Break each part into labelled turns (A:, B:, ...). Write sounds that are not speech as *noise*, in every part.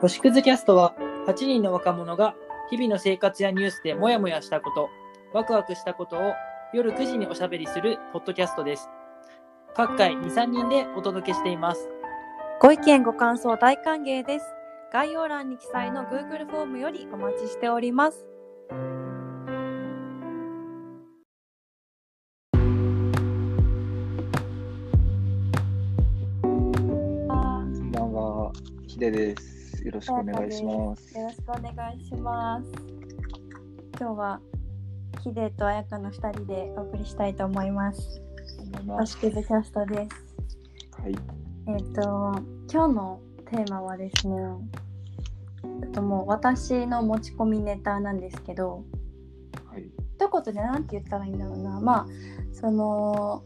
A: 星屑キャストは8人の若者が日々の生活やニュースでモヤモヤしたこと、ワクワクしたことを夜9時におしゃべりするポッドキャストです。各回2、3人でお届けしています。
B: ご意見ご感想大歓迎です。概要欄に記載の Google フォームよりお待ちしております。
C: こんばんは、ひでです。よろしくお願いします。
B: よろしくお願いします。今日はヒデとあやかの2人でお送りしたいと思います。
C: 思いま
B: 星
C: す。
B: 屑キャストです。
C: はい、
B: えっ、と今日のテーマはですね、えっともう私の持ち込みネタなんですけど、
C: はい、
B: 一言で何て言ったらいいんだろうなまあその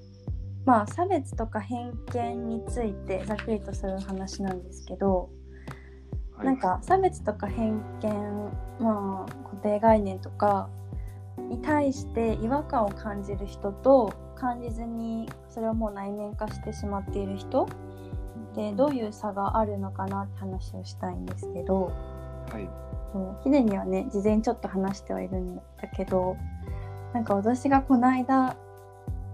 B: まあ差別とか偏見についてざっくりとする話なんですけど、
C: はい、
B: なんか差別とか偏見まあ固定概念とかに対して違和感を感じる人と感じずにそれをもう内面化してしまっている人でどういう差があるのかなって話をしたいんですけど。
C: はい、
B: そうヒデにはね事前にちょっと話してはいるんだけどなんか私がこの間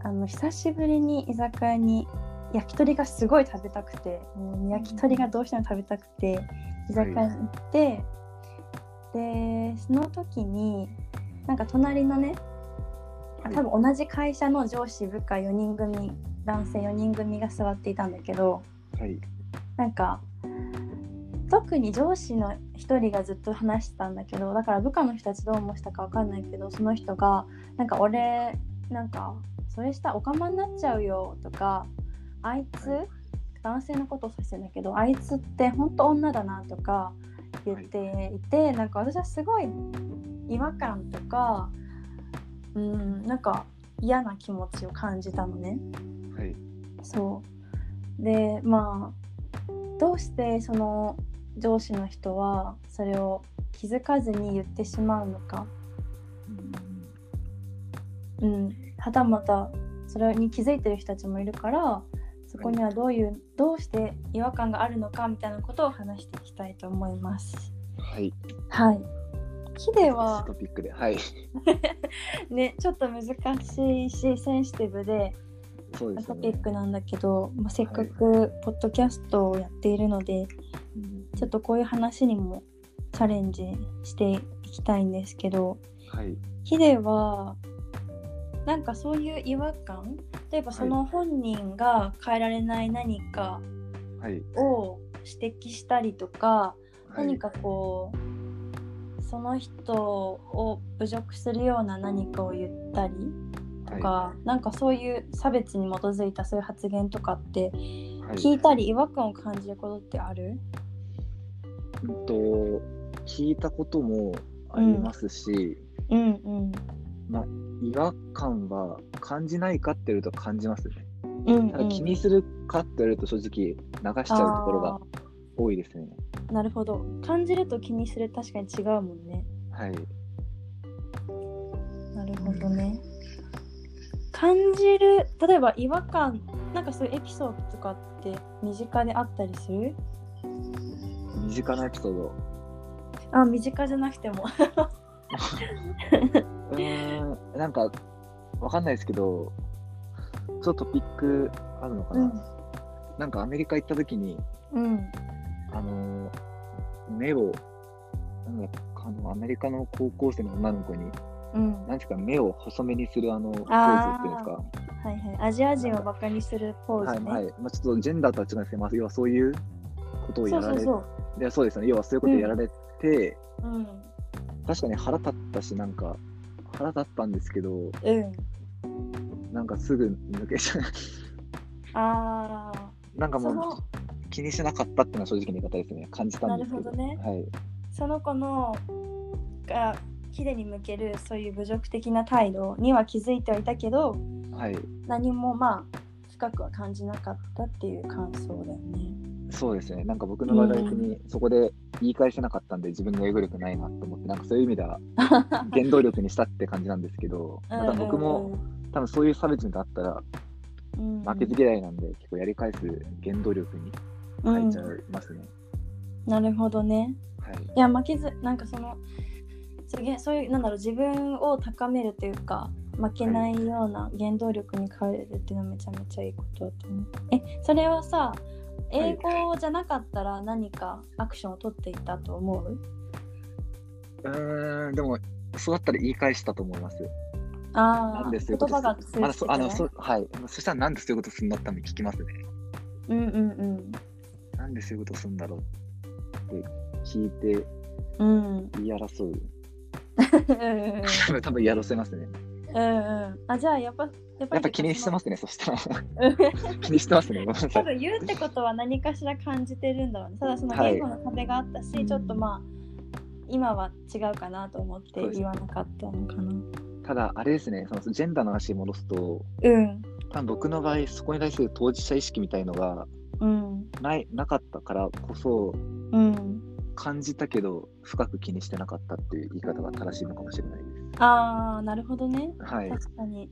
B: あの久しぶりに居酒屋に焼き鳥がすごい食べたくてもう焼き鳥がどうしても食べたくて居酒屋に行って、でその時になんか隣のねあ多分同じ会社の上司部下4人組男性4人組が座っていたんだけど、
C: はい、
B: なんか特に上司の一人がずっと話してたんだけどだから部下の人たちどう思したかわかんないけどその人がなんか俺なんかそれしたらおかまになっちゃうよとかあいつ、
C: は
B: 男性のことを指してるんだけどあいつって本当女だなとか言っていて、なんか私はすごい違和感とかうんなんか嫌な気持ちを感じたのね。
C: はい、
B: そうでまあどうしてその上司の人はそれを気づかずに言ってしまうのか、うん、はたまたそれに気づいてる人たちもいるからそこにはどういう、どうして違和感があるのかみたいなことを話していきたいと思います。
C: はい、
B: はいヒデは
C: トピックで、はい、
B: ねちょっと難しいしセンシティブで
C: そうです
B: ト
C: よ
B: ピ
C: ね
B: ッ。クなんだけど、まあ、せっかくポッドキャストをやっているので、
C: うん
B: ちょっとこういう話にもチャレンジしていきたいんですけど
C: はい、
B: ヒデはなんかそういう違和感例えばその本人が変えられない何か
C: はい、
B: を指摘したりとか、
C: はい
B: 何かこうその人を侮辱するような何かを言ったりとか、
C: は
B: なんかそういう差別に基づいたそういう発言とかって
C: い、
B: 聞いたり違和感を感じることってある、
C: うんと、聞いたこともありますし、
B: うんうん
C: 違和感は感じないかって言うと感じますね。
B: うん
C: ただ気にするかって言われると正直流しちゃうところが多いですね。
B: なるほど感じると気にする確かに違うもんね
C: はい、
B: なるほどね感じる例えば違和感なんかそういうエピソードとかって身近であったりする
C: 身近なエピソード。
B: あ身近じゃなくても
C: うーん、なんか、わかんないですけど、ちょっとトピックあるのかな、
B: うん
C: なんかアメリカ行った時に、
B: うん
C: あのー目を、なんかあのアメリカの高校生の女の子に、
B: うん
C: なんていうか目を細めにするあのポーズっていうんですか。
B: はいはいアジア人をバカにするポー
C: は
B: ズ
C: い
B: ね、
C: はい。まあ、ちょっとジェンダーとは違うんですけど、まあ、要はそういうことを
B: そ
C: や
B: う
C: ら
B: そう
C: れて、
B: そう
C: いやそうですよね。要はそういうことをやられて、
B: うん
C: 確かに腹立ったし、なんか、腹立ったんですけど、
B: うん
C: なんかすぐ抜けちゃう。
B: あ
C: なんか
B: あ
C: も
B: そうの
C: 気にしなかったっていうのは正直な言い方ですね。感じたんですけど。
B: なるほどね
C: はい。
B: その子のがヒデに向けるそういう侮辱的な態度には気づいてはいたけど
C: はい。
B: 何もまあ深くは感じなかったっていう感想だよね。
C: そうですね。なんか僕の場合は逆にそこで言い返せなかったんで自分の英語力ないなと思って、なんかそういう意味では原動力にしたって感じなんですけど、ただ僕も多分そういう差別になったら負けず嫌いなんで、結構やり返す原動力に
B: うんうん
C: 変え
B: うん
C: ちゃいますね。
B: なるほどね。
C: はい
B: いや負けずなんかそのすげえそういうなんだろう自分を高めるというか負けないような原動力に変えるっていうのはめちゃめちゃいいことだと思う。えそれはさ英語じゃなかったら何かアクションを取っていたと思う、
C: うーんでもそうだったら言い返したと思います。
B: あ
C: な
B: あ
C: んでそう
B: 言
C: いうこと
B: 葉が
C: すまだ
B: 通じて
C: そ
B: た
C: あ
B: ね
C: のそはい。そしたらなんでそういうことするんだったの聞きますね。
B: うんうん
C: なんでそういうことするんだろうって聞いて
B: うんうん
C: *laughs* 言い争う。
B: うん
C: 多分多分言い争いますね。
B: うんうんあじゃあやっぱやっぱ
C: やっ
B: り
C: ぱ気にしてますね。そ
B: *laughs*
C: したら
B: うん
C: 気にしてますね。ごめんなさ
B: 多
C: い。
B: 分言うってことは何かしら感じてるんだろうねただその
C: はい
B: 言語の壁があったし、ちょっとまあ今は違うかなと思って
C: そうです
B: 言わなかったのかな
C: ただあれですね。そのジェンダーの話に戻すと、
B: うん
C: 多分僕の場合そこに対する当事者意識みたいのが
B: うん
C: ないなかったからこそ
B: うん
C: 感じたけど深く気にしてなかったっていう言い方が正しいのかもしれないです。
B: ああなるほどね
C: はい。
B: 確かに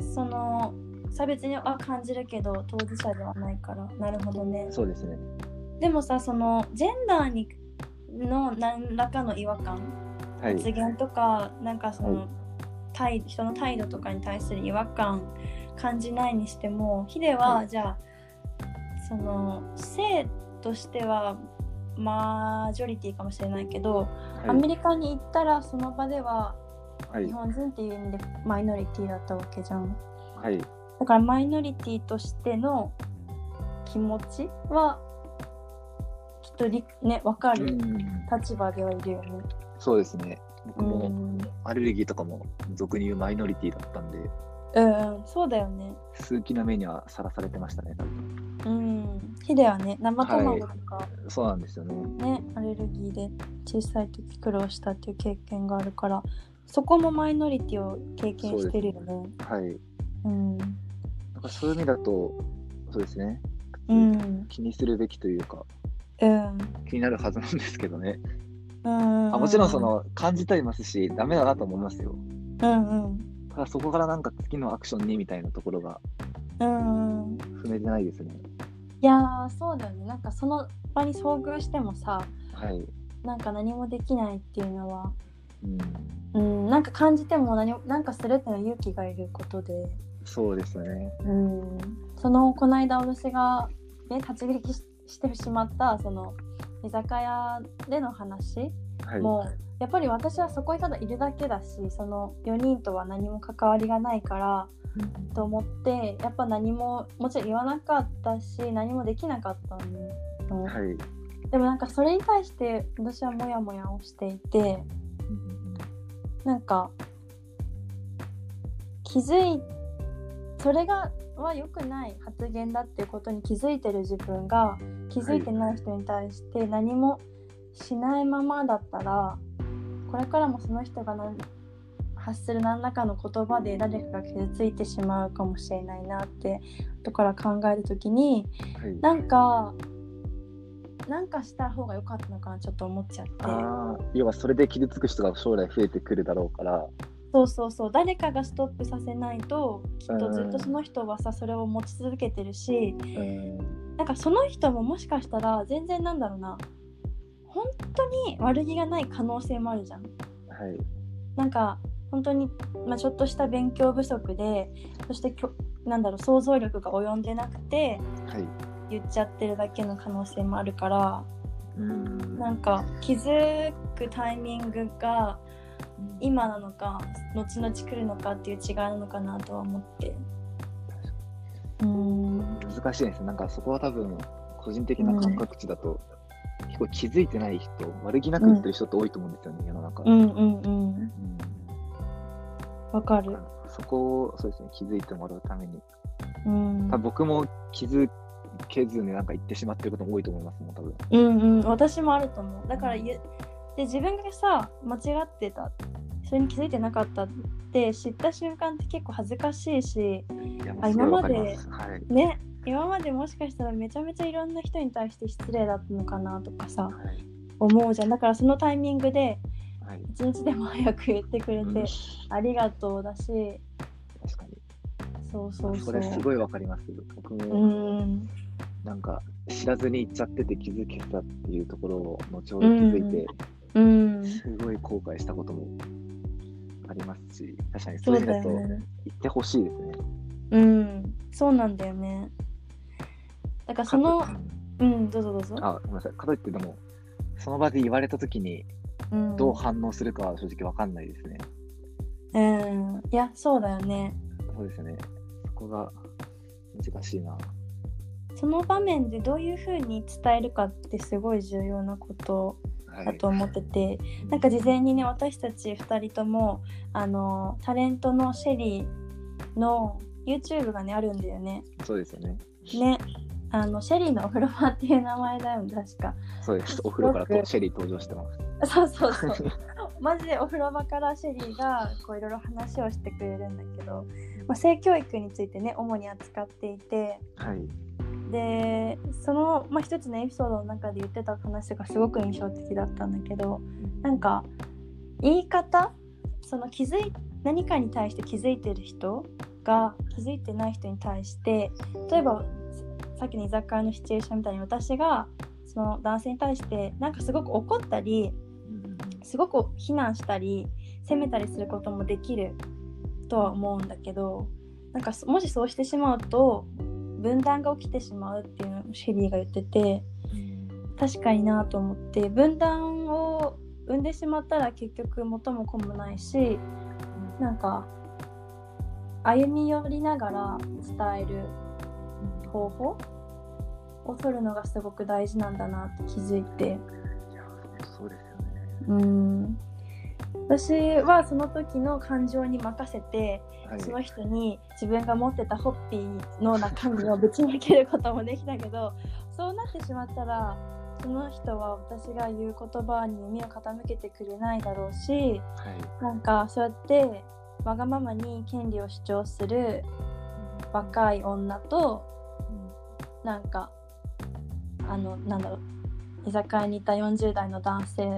B: うんその差別には感じるけど当事者ではないからなるほどね
C: そうですね。
B: でもさそのジェンダーにの何らかの違和感
C: はい。
B: 発言とかなんかその、
C: は
B: 態人の態度とかに対する違和感感じないにしてもヒデは、
C: は
B: じゃあその性としてはマジョリティかもしれないけど、アメリカに行ったらその場では
C: はい
B: 日。本人っていう意味でマイノリティだったわけじゃん
C: はい。
B: だからマイノリティとしての気持ちはきっとりね分か
C: う
B: る
C: ん
B: 立場ではいるよね。
C: そうですね。僕
B: う
C: も
B: ん
C: アレルギーとかも俗に言うマイノリティだったんで、
B: うんうん、そうだよね。
C: 数奇な目にはさらされてましたね。多分
B: うん、ヒデはね、生卵とか、
C: そうなんですよね。
B: ね、アレルギーで小さい時苦労したっていう経験があるから、そこもマイノリティを経験してるよね。
C: はい。
B: うん、
C: なんかそういう意味だと、そうですね。
B: うん、
C: 気にするべきというか、
B: うん、
C: 気になるはずなんですけどね。
B: うん。
C: あもちろんそ、の感じてはいますし、ダメだなと思いますよ。
B: うんうん、
C: ただそこからなんか次のアクションにみたいなところが
B: うんうん。
C: 踏めてないですね。
B: いやー、そうだよね。なんかその場に遭遇してもさ、
C: はい。
B: なんか何もできないっていうのは、
C: うん、
B: うん、なんか感じても何も、なんかするっていうのは勇気がいることで。
C: そうですね。
B: うんそのこの間私が、ね、立ち聞きししてしまったその居酒屋での話
C: はい。
B: も、やっぱり私はそこにただいるだけだしその4人とは何も関わりがないから
C: うん
B: と思ってやっぱ何ももちろん言わなかったし何もできなかったの、
C: はい。うん
B: でもなんかそれに対して私はモヤモヤをしていてなんか気づいそれがは良くない発言だっていうことに気づいてる自分が気づいてない人に対して何もしないままだったらこれからもその人が何発する何らかの言葉で誰かが傷ついてしまうかもしれないなって後から考える時に
C: はい。
B: なんかなんかした方が良かったのかなちょっと思っちゃって。
C: ああ、要はそれで傷つく人が将来増えてくるだろうから、
B: そうそうそう誰かがストップさせないときっとずっとその人はさそれを持ち続けてるし
C: うん、
B: なんかその人ももしかしたら全然なんだろうな本当に悪気がない可能性もあるじゃん
C: はい、
B: なんか本当に、まあ、ちょっとした勉強不足でそしてきょなんだろう想像力が及んでなくて
C: はい。
B: 言っちゃってるだけの可能性もあるから
C: うん
B: なんか気づくタイミングが今なのか後々来るのかっていう違いなのかなとは思ってうーん
C: 難しいですね。なんかそこは多分、個人的な感覚値だと、結構気づいてない人、悪気なく言ってる人って多いと思うんですよね、世の中。
B: うんうんうん
C: うん
B: わか
C: だ
B: る
C: からそこをそうですね気づいてもらうために、
B: うん
C: 多分僕も気づけずになんか言ってしまってることも多いと思いますもん、多分。
B: うんうん私もあると思うだからゆで自分がさ間違ってたそれに気づいてなかったって知った瞬間って結構恥ずかしいし
C: いや、も
B: あ
C: うすごいわかり
B: 今ま
C: ま。
B: です
C: はい。
B: ね今までもしかしたらめちゃめちゃいろんな人に対して失礼だったのかなとかさ
C: はい。
B: 思うじゃんだからそのタイミングで
C: はい。
B: 一日でも早く言ってくれ
C: うん
B: てありがとうだし
C: 確かに。
B: そうそう
C: そ
B: そう
C: れすごいわかります。僕
B: う
C: も
B: ん
C: なんか知らずに行っちゃってて気づけたっていうところを後ほど気づいて、
B: うん、
C: すごい後悔したこともありますし、確かにそう
B: そう
C: いう意
B: だ
C: 味だと
B: よ
C: 行
B: ね。
C: ってほしいですね。
B: うん、そうなんだよね。だからその
C: か、
B: うん、どうぞどうぞ。
C: あ、ごめんなさい。かといってでも、その場で言われたときに
B: うん、
C: どう反応するかは正直わかんないですね。
B: うん、いや、そうだよね。
C: そうですね。そこが難しいな。
B: その場面でどういうふうに伝えるかってすごい重要なこと
C: はい
B: だと思ってて、なんか事前にね私たち2人ともあのタレントのシェリーの YouTube がねあるんだよね。
C: そうですよね。
B: ねあのシェリーのお風呂場っていう名前だよね確か。
C: そうです。お風呂から
B: すご
C: と
B: く
C: シェリー登場してます。
B: そうそう
C: *laughs*
B: そう。マジでお風呂場からシェリーがこういろいろ話をしてくれるんだけど、まあ、性教育についてね主に扱っていて
C: はい。
B: でその、まあ、一つのエピソードの中で言ってた話がすごく印象的だったんだけどなんか言い方その気づい何かに対して気づいてる人が気づいてない人に対して例えばさっきの居酒屋のシチュエーションみたいに私がその男性に対してなんかすごく怒ったりすごく非難したり責めたりすることもできるとは思うんだけどなんかそもしそうしてしまうと分断が起きてしまうっていうのをシェリーが言ってて確かになと思って分断を生んでしまったら結局元も子もないしなんか歩み寄りながら伝える方法を取るのがすごく大事なんだなって気づいて。
C: いや、そうですよ
B: う
C: ね。
B: ん私はその時の感情に任せて、
C: はい。
B: その人に自分が持ってたホッピーの中身をぶちまけることもできたけど *laughs* そうなってしまったらその人は私が言う言葉に耳を傾けてくれないだろうし
C: はい
B: なんかそうやってわがままに権利を主張する若い女となんかあのなんだろう居酒屋にいた40代の男
C: *laughs*
B: 性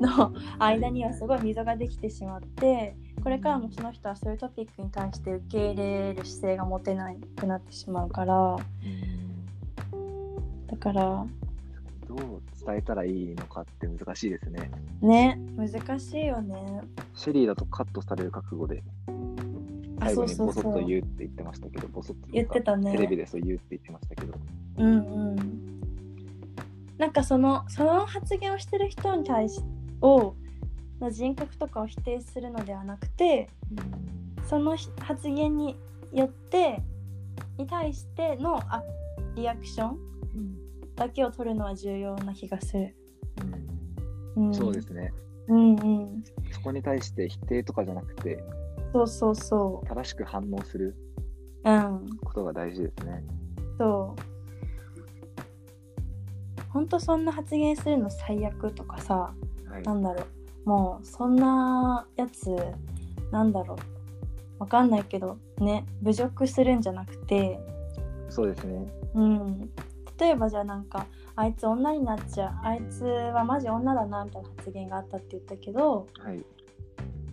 B: の間にはすごい溝ができてしまってこれからもその人はそういうトピックに対して受け入れる姿勢が持てなくなってしまうからだから
C: どう伝えたらいいのかって難しいですね。
B: ね難しいよね
C: シェリーだとカットされる覚悟で、
B: あそ
C: 最後
B: う
C: に
B: そ
C: ボ
B: う
C: ソ
B: そ
C: ッと
B: う
C: 言うって言ってましたけど、ボソッと
B: 言ってたね
C: テレビでそう言うって言ってましたけど、
B: うんうんなんかそのその発言をしてる人に対しをの人格とかを否定するのではなくてそのひ発言によってに対してのあリアクションだけを取るのは重要な気がする。うん、
C: そうですね。
B: うんうん。
C: そこに対して否定とかじゃなくて、
B: そうそうそ
C: 正しく反応する
B: う。うん。
C: ことが大事ですね。
B: そう。ほんとそんな発言するの最悪とかさ、
C: はい
B: なんだろう。もうそんなやつ、なんだろう。わかんないけど、ね、侮辱するんじゃなくて、
C: そうですね。
B: うん、例えばじゃあなんかあいつ女になっちゃうあいつはマジ女だなみたいな発言があったって言ったけど
C: はい。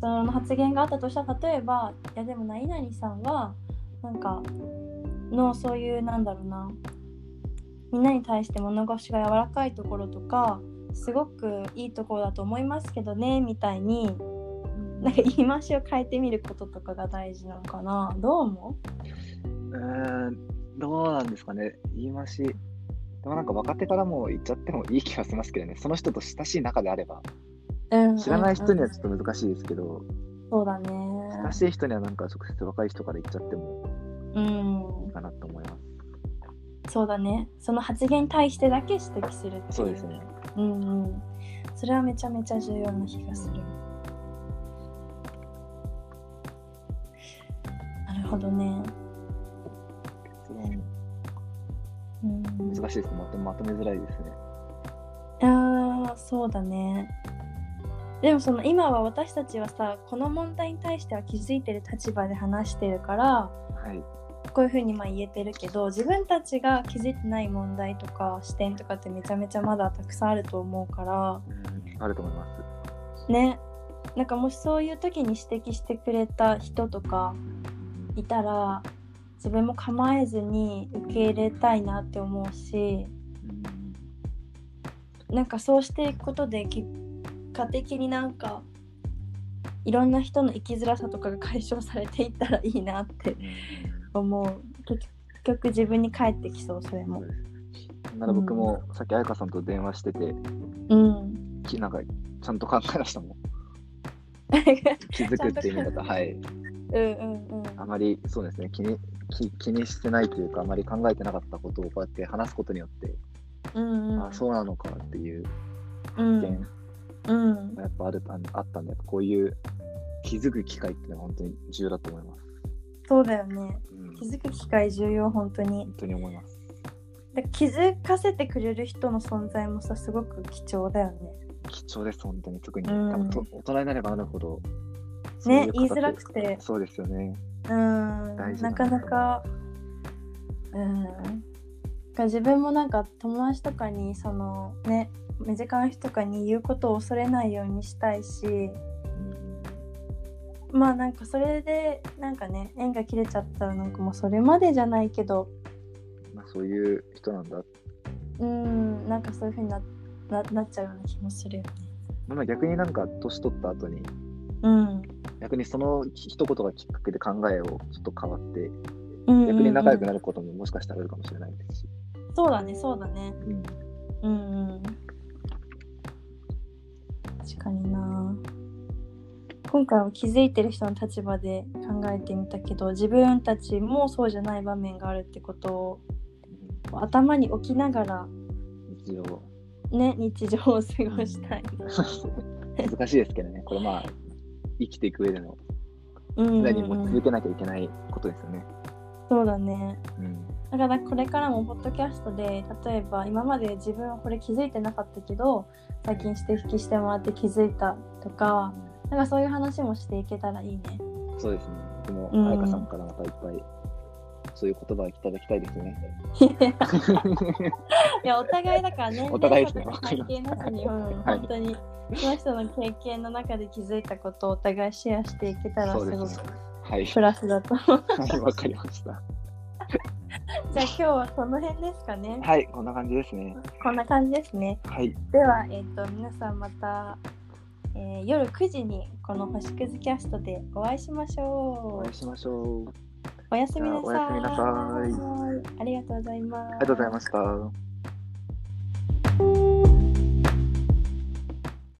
B: その発言があったとしたら例えばいやでも何々さんはなんかのそういうなんだろうなみんなに対して物腰が柔らかいところとかすごくいいところだと思いますけどねみたいになんか言い回しを変えてみることとかが大事なのかなどう思
C: うーん、どうなんですかね、言い回し。でもなんか若手からも言っちゃってもいい気がしますけどね、その人と親しい中であれば、
B: う、うん、
C: 知らない人には
B: うん
C: ちょっと難しいですけど、
B: そうだね
C: 親しい人にはなんか直接若い人から言っちゃっても
B: うん
C: いいかなと思います。
B: そうだね。その発言に対してだけ指摘するっていう。
C: そうです。ね。
B: うんうん。それはめちゃめちゃ重要な気がする。なるほどね。
C: 結論
B: うん。
C: 難しいですまとまとめづらいですね。
B: ああ、そうだね。でもその今は私たちはさこの問題に対しては気づいてる立場で話してるから
C: はい。
B: こういうふうにまあ言えてるけど自分たちが気づいてない問題とか視点とかってめちゃめちゃまだたくさんあると思うから
C: うんあると思います。
B: ねなんかもしそういう時に指摘してくれた人とかいたら自分も構えずに受け入れたいなって思うしなんかそうしていくことで結果的になんかいろんな人の生きづらさとかが解消されていったらいいなって思う結局自分に返ってきそうそれも
C: なら僕もさっき彩香さんと電話してて、
B: うん
C: きなんかちゃんと考えましたもん気づくっていう意味だとはい
B: うんうんうん
C: あまりそうですね気に気気にしてないというかあまり考えてなかったことをこうやって話すことによって、
B: うんうん
C: あそうなのかっていう
B: う
C: 意
B: ん
C: 見
B: うん
C: がやっぱあるああったんでこういう気づく機会っていうのは本当に重要だと思います、
B: そうだよね
C: うん、
B: 気づく機会重要本当に
C: 本当に思います
B: で気づかせてくれる人の存在もさすごく貴重だよね
C: 貴重です本当に特に、
B: うん
C: 多分と大人になればなるほどそうい
B: ね
C: う
B: 言い
C: 方
B: づらくて
C: そうですよね
B: うん
C: 大事
B: な
C: だな
B: かなかうんだから自分もなんか友達とかにそのね身近な人とかに言うことを恐れないようにしたいし
C: うん
B: まあなんかそれでなんかね縁が切れちゃったらなんかもうそれまでじゃないけど
C: まあ、そういう人なんだ
B: うんなんかそういうふうになななっちゃうような気もするよね。
C: まあ逆になんか年取った後に
B: うん
C: 逆にその一言がきっかけで考えをちょっと変わって
B: うん
C: 逆に仲良く
B: る、
C: なることももしかしたらあるかもしれないですし、
B: そうだねそうだね
C: うん、
B: うんうん確かにな今回は気づいてる人の立場で考えてみたけど自分たちもそうじゃない場面があるってことを頭に置きながら
C: 一応
B: *laughs* ね日常を過ごしたいな
C: 難しいですけどねこれまあ生きていく上での
B: うんうんうん
C: 常にもう続けなきゃいけないことですよね、
B: そうだね
C: うん
B: だからこれからもポッドキャストで例えば今まで自分はこれ気づいてなかったけど最近指摘してもらって気づいたとかなんかそういう話もしていけたらいいね
C: そうですね僕も
B: うん
C: 彩香さんからまたいっぱいそういう言葉をいただきたいですね、
B: *laughs* いやお互いだからね
C: お互いですね
B: 年齢とか関係なしに、うん
C: はい
B: 本当にその人の経験の中で気づいたことをお互いシェアしていけたらす
C: そうです
B: ご
C: ね
B: く
C: はい
B: プラスだと *laughs* 思う
C: はいわかりまし
B: じ
C: た
B: ゃあ今日はこの辺ですかね
C: はいこんな感じですね
B: こんな感じですね
C: はい
B: では、えっと皆さんまた、えー夜9時にこの星屑キャストでお会いしまし
C: お
B: ょ。
C: 会いうしましょう
B: おやすみなさい。
C: じゃあおやすみなさい
B: ありがとうございます。
C: ありがとうございました